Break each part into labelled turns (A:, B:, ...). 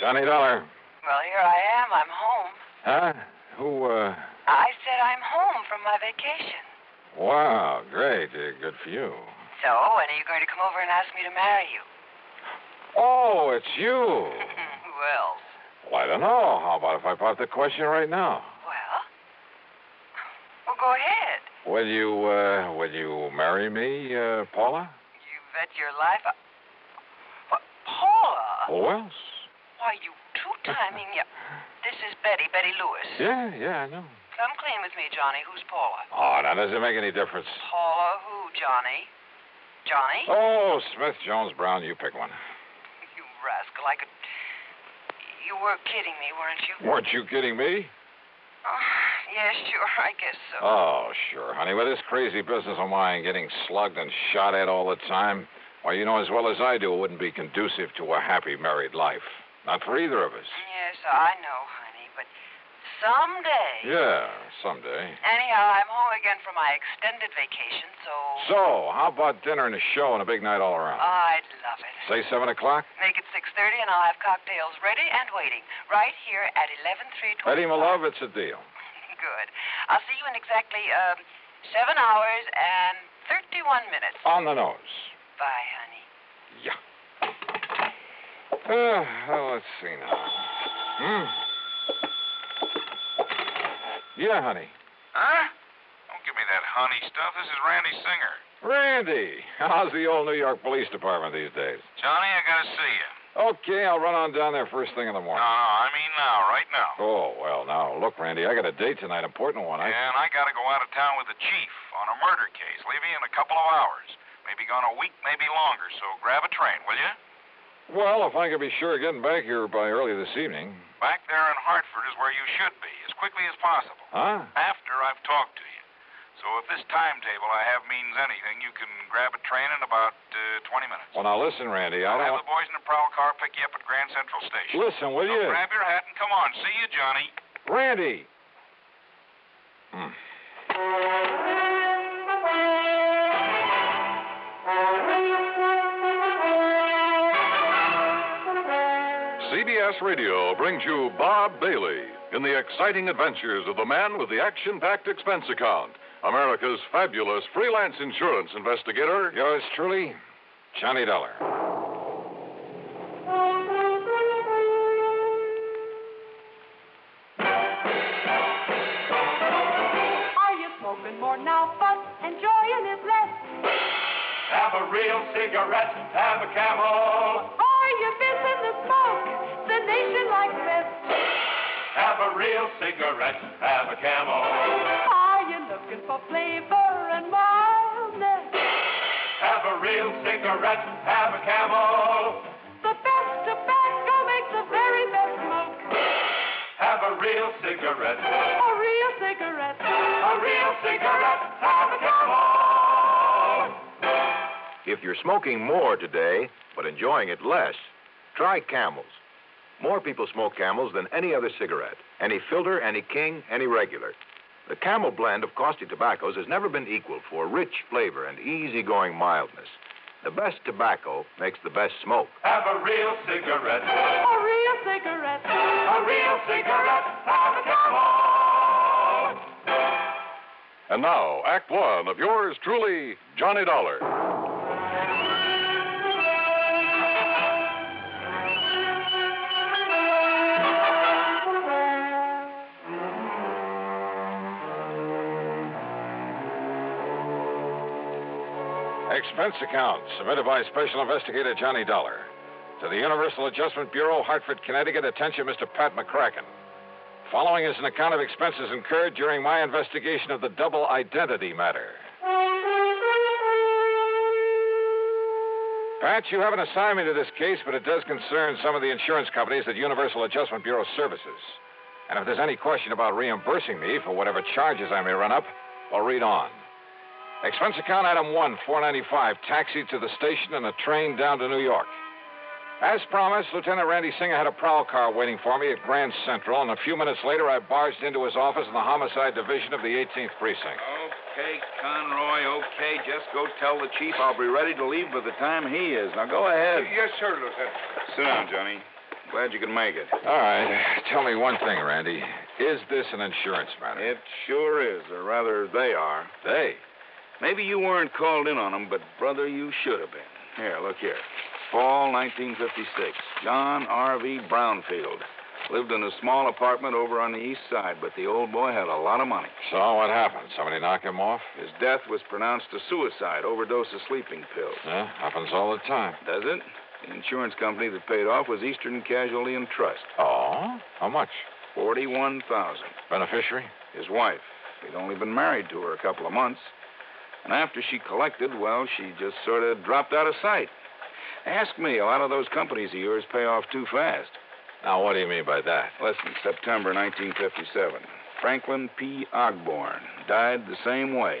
A: Johnny Dollar.
B: Well, here I am. I'm home.
A: Huh? Who, uh.
B: I said I'm home from my vacation.
A: Wow, great. Uh, good for you.
B: So, when are you going to come over and ask me to marry you?
A: Oh, it's you.
B: Who else?
A: well, I don't know. How about if I pop the question right now?
B: Well, well, go ahead.
A: Will you, uh, will you marry me, uh, Paula?
B: You bet your life. I... What, Paula?
A: Who else?
B: Why, you two-timing... yeah. This is Betty, Betty Lewis.
A: Yeah, yeah, I know.
B: Come clean with me, Johnny. Who's Paula?
A: Oh, now, does it make any difference?
B: Paula who, Johnny? Johnny?
A: Oh, Smith, Jones, Brown, you pick one.
B: You rascal, I could... You were kidding me, weren't you?
A: Weren't you kidding me?
B: Oh, yeah, sure, I guess so.
A: Oh, sure, honey. With this crazy business of mine getting slugged and shot at all the time, why, you know as well as I do, it wouldn't be conducive to a happy married life. Not for either of us.
B: Yes, I know, honey, but someday...
A: Yeah, someday.
B: Anyhow, I'm home again for my extended vacation, so...
A: So, how about dinner and a show and a big night all around?
B: I'd love it.
A: Say 7 o'clock?
B: Make it 6.30 and I'll have cocktails ready and waiting right here at 11.325.
A: Eddie, my love, it's a deal.
B: Good. I'll see you in exactly um, 7 hours and 31 minutes.
A: On the nose.
B: Bye, honey.
A: Yeah. Uh, well, let's see now. Hmm. Yeah, honey.
C: Huh? Don't give me that honey stuff. This is Randy Singer.
A: Randy, how's the old New York Police Department these days?
C: Johnny, I gotta see you.
A: Okay, I'll run on down there first thing in the
C: No, no,
A: morning.
C: I mean now, right now.
A: Oh, well, now, look, Randy, I got a date tonight, important one. I...
C: And I gotta go out of town with the chief on a murder case. Leave you in a couple of hours. Maybe gone a week, maybe longer, so grab a train, will you?
A: Well, if I could be sure of getting back here by early this evening.
C: Back there in Hartford is where you should be, as quickly as possible.
A: Huh?
C: After I've talked to you. So if this timetable I have means anything, you can grab a train in about uh, 20 minutes.
A: Well, now, listen, Randy, I
C: I'll
A: don't...
C: have the boys in the prowl car pick you up at Grand Central Station.
A: Listen, will
C: So
A: you?
C: grab your hat and come on. See you, Johnny.
A: Randy! Hmm.
D: CBS Radio brings you Bob Bailey in the exciting adventures of the man with the action packed expense account, America's fabulous freelance insurance investigator.
A: Yours truly, Johnny Dollar.
E: Are you smoking more now, but enjoying it less?
F: Have a real cigarette, have a camel.
E: Are you missing the smoke? The nation likes this.
F: Have a real cigarette, have a camel.
E: Are you looking for flavor and wildness?
F: Have a real cigarette, have a camel.
E: The best tobacco makes the very best smoke.
F: Have a real cigarette,
E: A real cigarette.
F: a real cigarette, have a camel.
G: If you're smoking more today, but enjoying it less, try Camels. More people smoke Camels than any other cigarette. Any filter, any king, any regular. The Camel blend of costly tobaccos has never been equal for rich flavor and easygoing mildness. The best tobacco makes the best smoke.
F: Have a real cigarette,
E: A real cigarette.
F: a real cigarette, have a camel.
D: And now, Act One of yours truly, Johnny Dollar.
A: Expense account submitted by Special Investigator Johnny Dollar. To the Universal Adjustment Bureau, Hartford, Connecticut, attention Mr. Pat McCracken. Following is an account of expenses incurred during my investigation of the double identity matter. Pat, you haven't assigned me to this case, but it does concern some of the insurance companies that Universal Adjustment Bureau services. And if there's any question about reimbursing me for whatever charges I may run up, well, read on. Expense account item one, four ninety-five, taxi to the station and a train down to New York. As promised, Lieutenant Randy Singer had a prowl car waiting for me at Grand Central, and a few minutes later, I barged into his office in the Homicide Division of the 18th Precinct.
H: Okay, Conroy, okay. Just go tell the chief I'll be ready to leave by the time he is. Now go ahead.
C: Yes, sir, Lieutenant.
H: Sit down, Johnny.
F: Glad you could make it.
A: All right. Tell me one thing, Randy. Is this an insurance matter?
F: It sure is, or rather, they are.
A: They.
F: Maybe you weren't called in on them, but, brother, you should have been. Here, look here. Fall 1956. John R.V. Brownfield. Lived in a small apartment over on the east side, but the old boy had a lot of money.
A: So what happened? Somebody knock him off?
F: His death was pronounced a suicide, overdose of sleeping pills.
A: Yeah, happens all the time.
F: Does it? The insurance company that paid off was Eastern Casualty and Trust.
A: Oh? How much?
F: 41000
A: Beneficiary?
F: His wife. He'd only been married to her a couple of months. And after she collected, well, she just sort of dropped out of sight. Ask me, a lot of those companies of yours pay off too fast.
A: Now, what do you mean by that?
F: Listen, September 1957. Franklin P. Ogborn died the same way.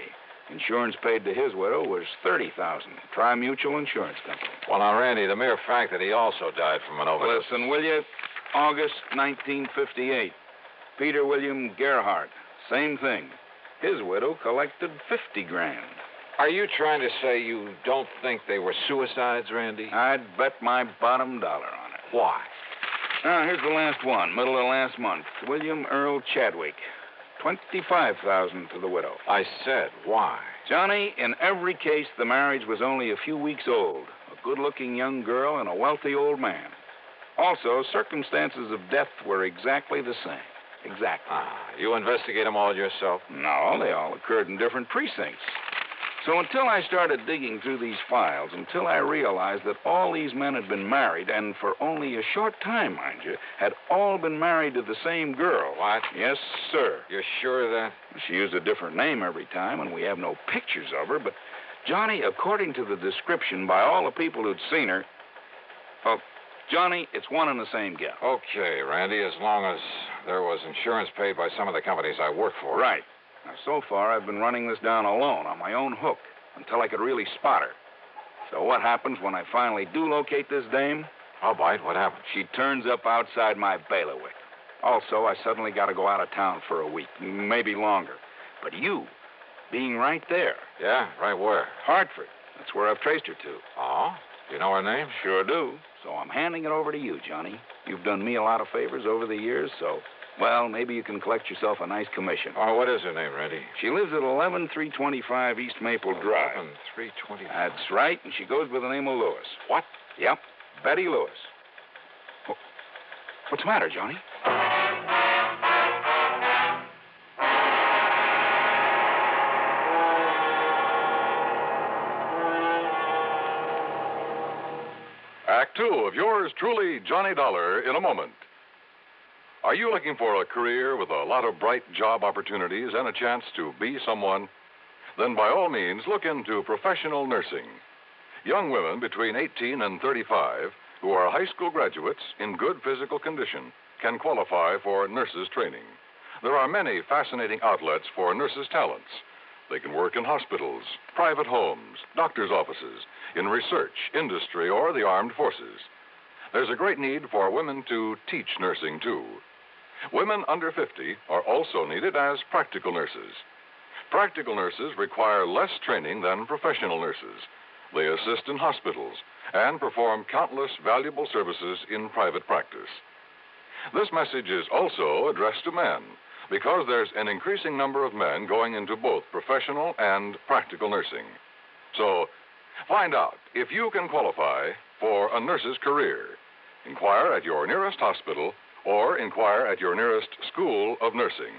F: Insurance paid to his widow was 30000 Tri-Mutual Insurance Company.
A: Well, now, Randy, the mere fact that he also died from an overdose.
F: Listen, will you? August 1958. Peter William Gerhardt, same thing. His widow collected 50 grand.
A: Are you trying to say you don't think they were suicides, Randy?
F: I'd bet my bottom dollar on it.
A: Why?
F: Now, here's the last one, middle of last month. William Earl Chadwick. 25000 to the widow.
A: I said, why?
F: Johnny, in every case, the marriage was only a few weeks old. A good looking young girl and a wealthy old man. Also, circumstances of death were exactly the same. Exactly.
A: Ah, you investigate them all yourself?
F: No, they all occurred in different precincts. So until I started digging through these files, until I realized that all these men had been married, and for only a short time, mind you, had all been married to the same girl.
A: What?
F: Yes, sir.
A: You're sure of that?
F: She used a different name every time, and we have no pictures of her, but Johnny, according to the description by all the people who'd seen her. Oh, Johnny, it's one and the same gal.
A: Okay, Randy, as long as there was insurance paid by some of the companies I work for.
F: Right. Now, so far, I've been running this down alone, on my own hook, until I could really spot her. So, what happens when I finally do locate this dame?
A: I'll bite. What happened?
F: She turns up outside my bailiwick. Also, I suddenly got to go out of town for a week, maybe longer. But you, being right there,
A: Yeah, right where?
F: Hartford, that's where I've traced her to.
A: Oh? You know her name?
F: Sure do. So, I'm handing it over to you, Johnny. You've done me a lot of favors over the years, so, well, maybe you can collect yourself a nice commission.
A: Oh, what is her name, Randy?
F: She lives at 11325 East Maple Drive.
A: 11325.
F: That's right, and she goes by the name of Lewis.
A: What?
F: Yep, Betty Lewis. Wha- What's the matter, Johnny?
G: Act two of yours truly, Johnny Dollar, in a moment. Are you looking for a career with a lot of bright job opportunities and a chance to be someone? Then by all means, look into professional nursing. Young women between 18 and 35 who are high school graduates in good physical condition can qualify for nurses training. There are many fascinating outlets for nurses' talents. They can work in hospitals, private homes, doctors' offices, in research, industry, or the armed forces. There's a great need for women to teach nursing, too. Women under 50 are also needed as practical nurses. Practical nurses require less training than professional nurses. They assist in hospitals and perform countless valuable services in private practice. This message is also addressed to men because there's an increasing number of men going into both professional and practical nursing. So, Find out if you can qualify for a nurse's career. Inquire at your nearest hospital or inquire at your nearest school of nursing.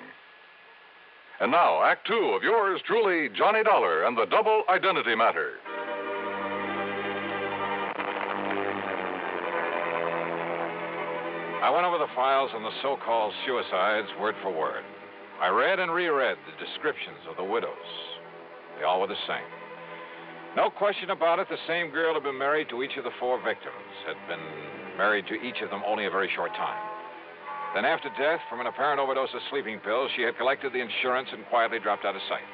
G: And now, Act Two of yours truly, Johnny Dollar and the Double Identity Matter.
A: I went over the files on the so called suicides word for word. I read and reread the descriptions of the widows. They all were the same. No question about it, the same girl had been married to each of the four victims, had been married to each of them only a very short time. Then, after death, from an apparent overdose of sleeping pills, she had collected the insurance and quietly dropped out of sight.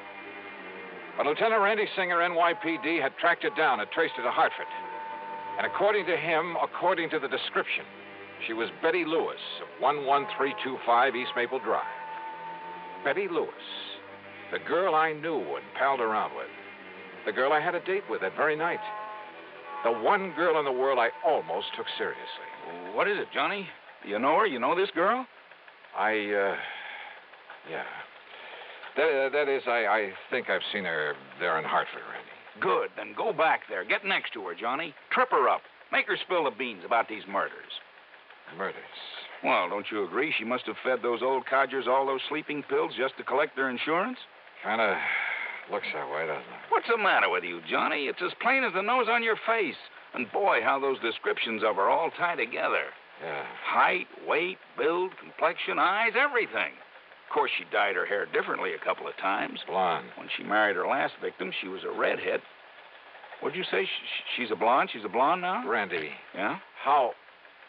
A: But Lieutenant Randy Singer, NYPD, had tracked her down, had traced her to Hartford. And according to him, according to the description, she was Betty Lewis of 11325 East Maple Drive. Betty Lewis, the girl I knew and palled around with, the girl I had a date with that very night. The one girl in the world I almost took seriously.
F: What is it, Johnny? You know her? You know this girl?
A: I, uh. Yeah. That, uh, that is, I, I think I've seen her there in Hartford, Randy.
F: Good. Then go back there. Get next to her, Johnny. Trip her up. Make her spill the beans about these murders.
A: Murders.
F: Well, don't you agree? She must have fed those old codgers all those sleeping pills just to collect their insurance?
A: Kinda looks that way, doesn't it?
F: What's the matter with you, Johnny? It's as plain as the nose on your face. And boy, how those descriptions of her all tie together
A: Yeah.
F: height, weight, build, complexion, eyes, everything. Of course, she dyed her hair differently a couple of times.
A: Blonde.
F: When she married her last victim, she was a redhead. What'd you say? Sh- sh- She's a blonde? She's a blonde now?
A: Randy,
F: Yeah?
A: how.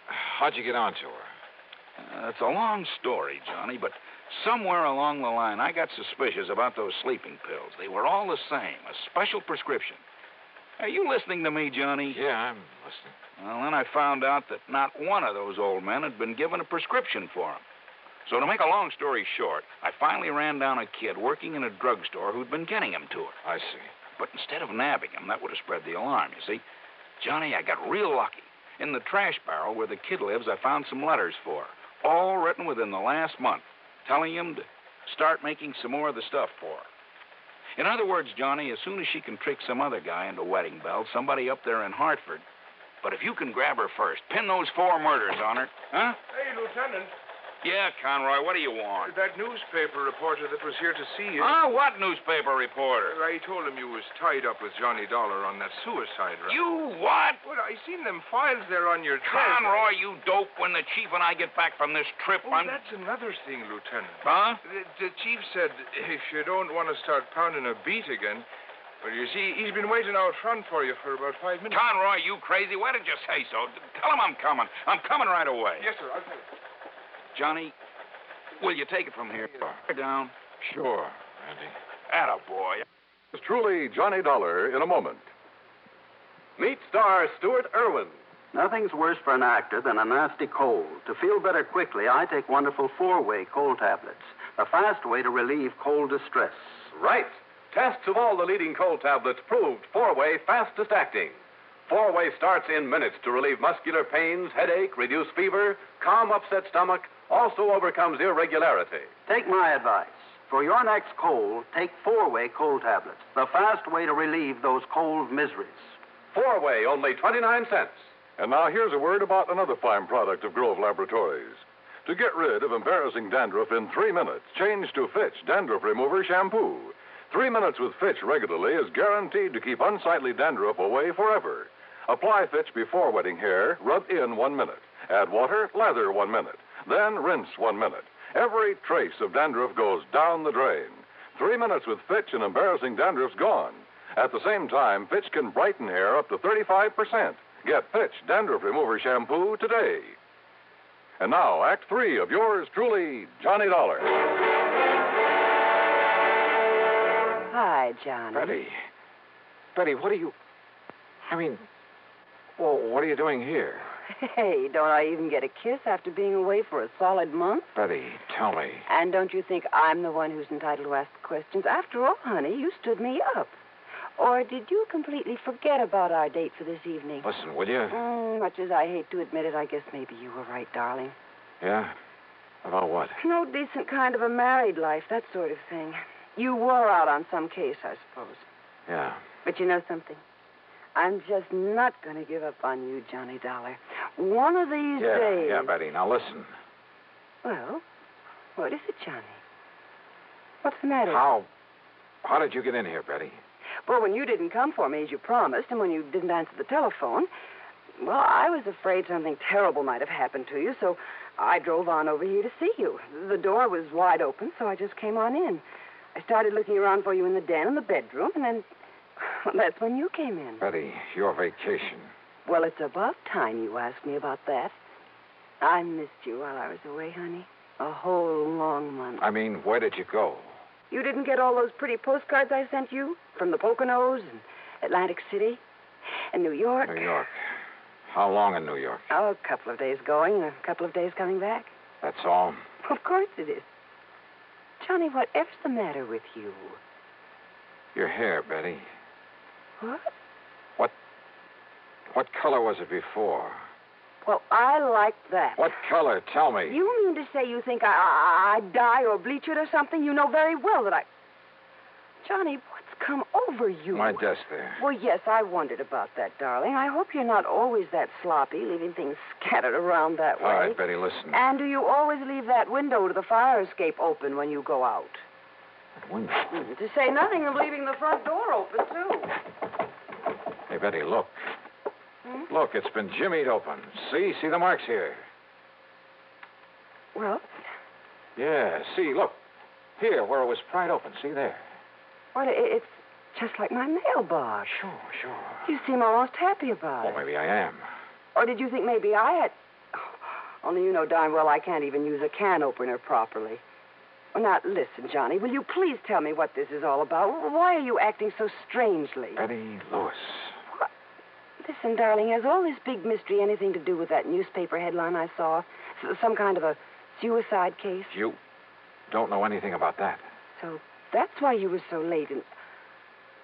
A: How'd you get onto her?
F: Uh, it's a long story, Johnny, but somewhere along the line, I got suspicious about those sleeping pills. They were all the same, a special prescription. Are you listening to me, Johnny?
A: Yeah, I'm listening.
F: Well, then I found out that not one of those old men had been given a prescription for 'em. So, to make a long story short, I finally ran down a kid working in a drugstore who'd been getting 'em to her.
A: I see.
F: But instead of nabbing him, that would have spread the alarm, you see. Johnny, I got real lucky. In the trash barrel where the kid lives, I found some letters for her, all written within the last month, telling him to start making some more of the stuff for her. In other words, Johnny, as soon as she can trick some other guy into wedding bells, somebody up there in Hartford. But if you can grab her first, pin those four murders on her. Huh?
I: Hey, Lieutenant,
F: Yeah, Conroy, what do you want?
I: that newspaper reporter that was here to see you.
F: Huh? What newspaper reporter?
I: I told him you was tied up with Johnny Dollar on that suicide run.
F: You what?
I: Well, I seen them files there on your desk.
F: Conroy, you dope. When the chief and I get back from this trip,
I: Oh,
F: I'm.
I: that's another thing, Lieutenant.
F: Huh?
I: The, the chief said if you don't want to start pounding a beat again, well, you see, he's been waiting out front for you for about five minutes.
F: Conroy, you crazy. Why did you say so? D- Tell him I'm coming. I'm coming right away.
I: Yes, sir. I'll tell you.
F: Johnny, will you take it from here? Down.
A: Sure, Randy.
F: Atta boy.
G: It's truly Johnny Dollar in a moment.
J: Meet star Stuart Irwin.
K: Nothing's worse for an actor than a nasty cold. To feel better quickly, I take wonderful four way cold tablets, a fast way to relieve cold distress.
J: Right. Tests of all the leading cold tablets proved four way fastest acting. Four way starts in minutes to relieve muscular pains, headache, reduce fever, calm upset stomach, also overcomes irregularity.
K: Take my advice. For your next cold, take four way cold tablets, the fast way to relieve those cold miseries.
J: Four way, only 29 cents.
G: And now here's a word about another fine product of Grove Laboratories. To get rid of embarrassing dandruff in three minutes, change to Fitch Dandruff Remover Shampoo. Three minutes with Fitch regularly is guaranteed to keep unsightly dandruff away forever. Apply Fitch before wetting hair, rub in one minute. Add water, lather one minute. Then rinse one minute. Every trace of dandruff goes down the drain. Three minutes with Fitch and embarrassing dandruff's gone. At the same time, Fitch can brighten hair up to 35%. Get Fitch Dandruff Remover Shampoo today. And now, Act Three of yours truly, Johnny Dollar.
L: Hi, Johnny.
A: Betty. Betty, what are you. I mean, well, what are you doing here?
B: Hey, don't I even get a kiss after being away for a solid month?
A: Betty, tell me.
B: And don't you think I'm the one who's entitled to ask the questions? After all, honey, you stood me up. Or did you completely forget about our date for this evening?
A: Listen, will you?
B: Mm, much as I hate to admit it, I guess maybe you were right, darling.
A: Yeah? About what?
B: No decent kind of a married life, that sort of thing. You wore out on some case, I suppose.
A: Yeah.
B: But you know something? I'm just not going to give up on you, Johnny Dollar. One of these
A: Yeah,
B: days.
A: yeah, Betty. Now listen.
B: Well, what is it, Johnny? What's the matter?
A: How. How did you get in here, Betty?
B: Well, when you didn't come for me as you promised, and when you didn't answer the telephone, well, I was afraid something terrible might have happened to you, so I drove on over here to see you. The door was wide open, so I just came on in. I started looking around for you in the den and the bedroom, and then well, that's when you came in.
A: Betty, your vacation.
B: Well, it's about time you asked me about that. I missed you while I was away, honey. A whole long month.
A: I mean, where did you go?
B: You didn't get all those pretty postcards I sent you from the Poconos and Atlantic City and New York?
A: New York. How long in New York?
B: Oh, a couple of days going and a couple of days coming back.
A: That's all.
B: Of course it is. Johnny, whatever's the matter with you?
A: Your hair, Betty.
B: What?
A: What? What color was it before?
B: Well, I like that.
A: What color? Tell me.
B: You mean to say you think I, I, I dye or bleach it or something? You know very well that I. Johnny, what's come over you?
A: My desk there.
B: Well, yes, I wondered about that, darling. I hope you're not always that sloppy, leaving things scattered around that way.
A: All right, Betty, listen.
B: And do you always leave that window to the fire escape open when you go out?
A: Window.
B: Mm, To say nothing of leaving the front door open, too.
A: Hey, Betty, look. Look, it's been jimmied open. See? See the marks here?
B: Well,
A: Yeah, see, look. Here, where it was pried open. See there?
B: well, it, it's just like my mailbox.
A: Sure, Oh, sure.
B: You seem almost happy about
A: Well,
B: it.
A: maybe I am.
B: Or did you think maybe I had. Oh, only you know darn well I can't even use a can opener properly. Well, now, listen, Johnny, will you please tell me what this is all about? Why are you acting so strangely?
A: Betty Lewis.
B: Listen, darling, has all this big mystery anything to do with that newspaper headline I saw? S- some kind of a suicide case?
A: You don't know anything about that.
B: So that's why you were so late. And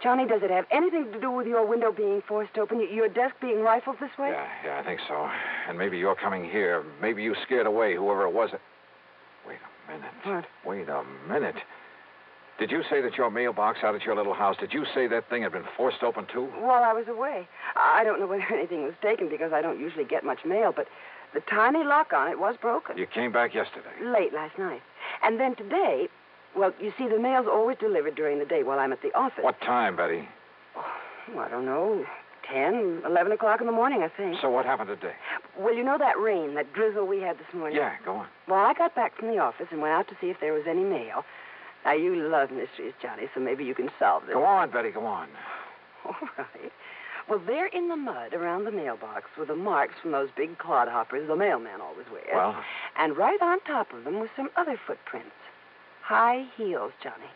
B: Johnny, does it have anything to do with your window being forced open, y- your desk being rifled this way?
A: Yeah, yeah, I think so. And maybe you're coming here. Maybe you scared away whoever it was. that- Wait a minute.
B: What?
A: Wait a minute. Did you say that your mailbox out at your little house, did you say that thing had been forced open, too?
B: While I was away, I I don't know whether anything was taken because I don't usually get much mail, but the tiny lock on it was broken.
A: You came back yesterday.
B: Late last night. And then today, well, you see, the mail's always delivered during the day while I'm at the office.
A: What time, Betty?
B: Oh, I don't know. Ten, eleven o'clock in the morning, I think.
A: So what happened today?
B: Well, you know that rain, that drizzle we had this morning?
A: Yeah, go on.
B: Well, I got back from the office and went out to see if there was any mail. Now, you love mysteries, Johnny, so maybe you can solve this.
A: Go on, Betty, go on.
B: All right. Well, there in the mud around the mailbox were the marks from those big clodhoppers the mailman always wears.
A: Well,
B: And right on top of them was some other footprints. High heels, Johnny.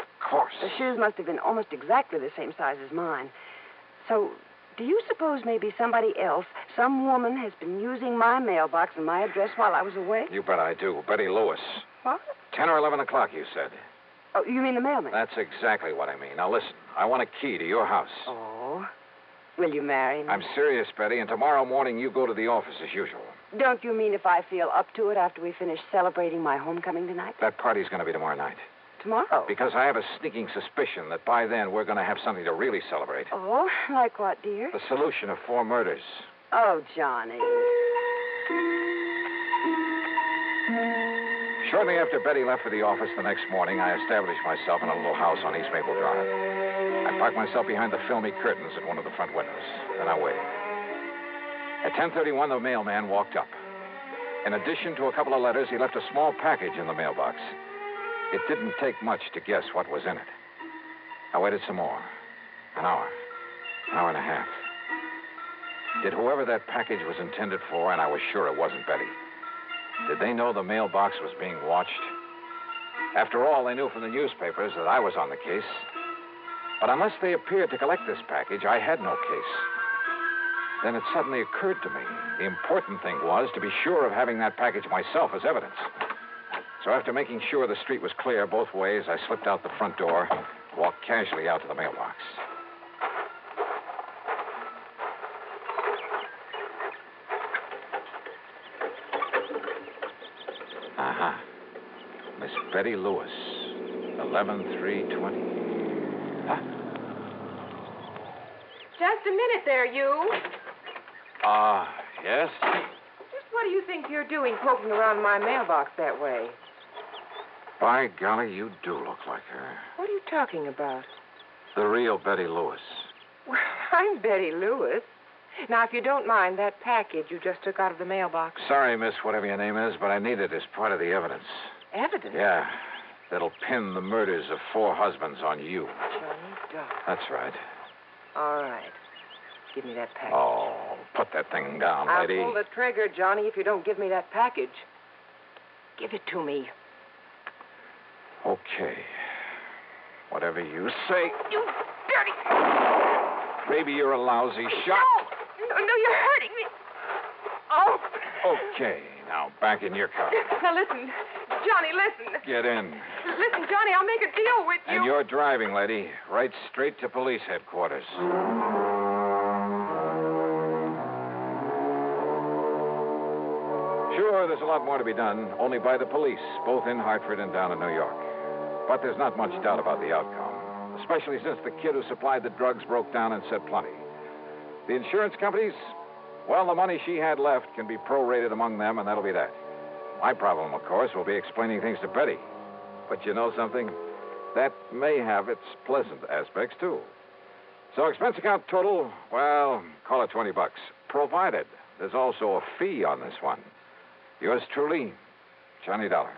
A: of course.
B: The shoes must have been almost exactly the same size as mine. So, do you suppose maybe somebody else, some woman, has been using my mailbox and my address while I was away?
A: You bet I do. Betty Lewis.
B: What?
A: 10 or 11 o'clock, you said.
B: Oh, you mean the mailman?
A: That's exactly what I mean. Now, listen, I want a key to your house.
B: Oh. Will you marry me?
A: I'm serious, Betty, and tomorrow morning you go to the office as usual.
B: Don't you mean if I feel up to it after we finish celebrating my homecoming tonight?
A: That party's going to be tomorrow night.
B: Tomorrow?
A: Because I have a sneaking suspicion that by then we're going to have something to really celebrate.
B: Oh, like what, dear?
A: The solution of four murders.
B: Oh, Johnny.
A: Shortly after Betty left for the office the next morning, I established myself in a little house on East Maple Drive. I parked myself behind the filmy curtains at one of the front windows. Then I waited. At 10:31, the mailman walked up. In addition to a couple of letters, he left a small package in the mailbox. It didn't take much to guess what was in it. I waited some more. An hour. An hour and a half. Did whoever that package was intended for, and I was sure it wasn't Betty, did they know the mailbox was being watched? After all, they knew from the newspapers that I was on the case. But unless they appeared to collect this package, I had no case. Then it suddenly occurred to me the important thing was to be sure of having that package myself as evidence. So after making sure the street was clear both ways, I slipped out the front door, walked casually out to the mailbox. Uh huh. Miss Betty Lewis, 11320.
E: Just a minute there, you.
A: Ah, yes?
E: Just what do you think you're doing poking around my mailbox that way?
A: By golly, you do look like her.
E: What are you talking about?
A: The real Betty Lewis.
E: Well, I'm Betty Lewis. Now, if you don't mind, that package you just took out of the mailbox.
A: Sorry, miss, whatever your name is, but I need it as part of the evidence.
E: Evidence.
A: Yeah, that'll pin the murders of four husbands on you.
E: Johnny Doc.
A: That's right.
E: All right. Give me that package.
A: Oh, put that thing down,
E: I'll
A: lady.
E: pull the trigger, Johnny, if you don't give me that package. Give it to me.
A: Okay. Whatever you say.
E: You dirty.
A: Baby, you're a lousy shot.
E: No, no, you're hurting me. Oh.
A: Okay, now back in your car.
E: Now listen, Johnny, listen.
A: Get in.
E: Listen, Johnny, I'll make a deal with you.
A: And you're driving, lady, right straight to police headquarters. sure, there's a lot more to be done, only by the police, both in Hartford and down in New York. But there's not much doubt about the outcome, especially since the kid who supplied the drugs broke down and said plenty. The insurance companies, well, the money she had left can be prorated among them, and that'll be that. My problem, of course, will be explaining things to Betty. But you know something? That may have its pleasant aspects, too. So, expense account total, well, call it 20 bucks. Provided there's also a fee on this one. Yours truly, Johnny Dollar.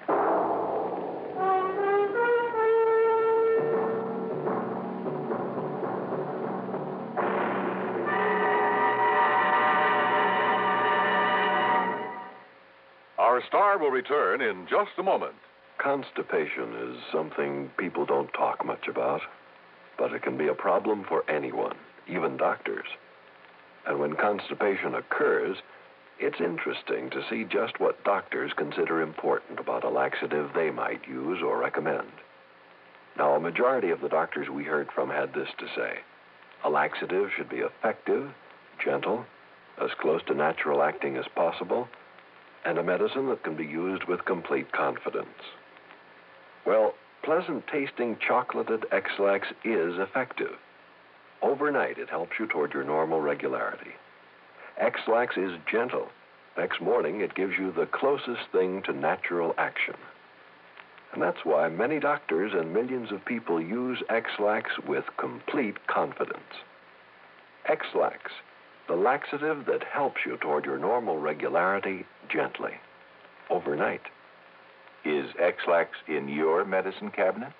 G: Our star will return in just a moment.
M: Constipation is something people don't talk much about, but it can be a problem for anyone, even doctors. And when constipation occurs, it's interesting to see just what doctors consider important about a laxative they might use or recommend. Now, a majority of the doctors we heard from had this to say a laxative should be effective, gentle, as close to natural acting as possible, and a medicine that can be used with complete confidence. Well, pleasant tasting chocolated X-Lax is effective. Overnight, it helps you toward your normal regularity. X-Lax is gentle. Next morning, it gives you the closest thing to natural action. And that's why many doctors and millions of people use X-Lax with complete confidence. X-Lax, the laxative that helps you toward your normal regularity gently, overnight.
N: Is X-Lax in your medicine cabinet?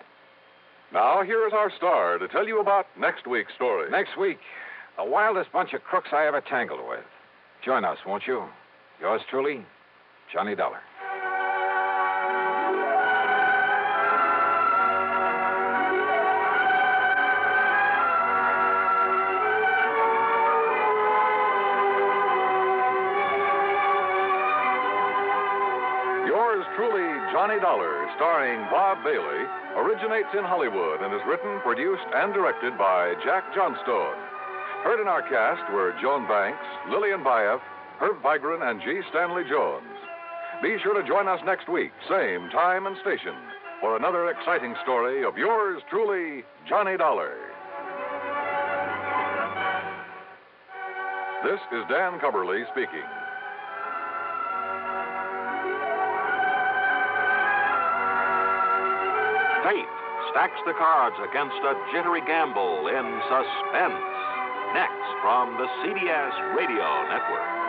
G: Now, here is our star to tell you about next week's story.
A: Next week, the wildest bunch of crooks I ever tangled with. Join us, won't you? Yours truly, Johnny Dollar.
G: Yours truly, Johnny Dollar, starring Bob Bailey, originates in Hollywood and is written, produced, and directed by Jack Johnstone. Heard in our cast were Joan Banks, Lillian Baev, Herb Vigran, and G. Stanley Jones. Be sure to join us next week, same time and station, for another exciting story of yours truly, Johnny Dollar. This is Dan Coverly speaking.
O: Fate stacks the cards against a jittery gamble in suspense. Next from the CBS Radio Network.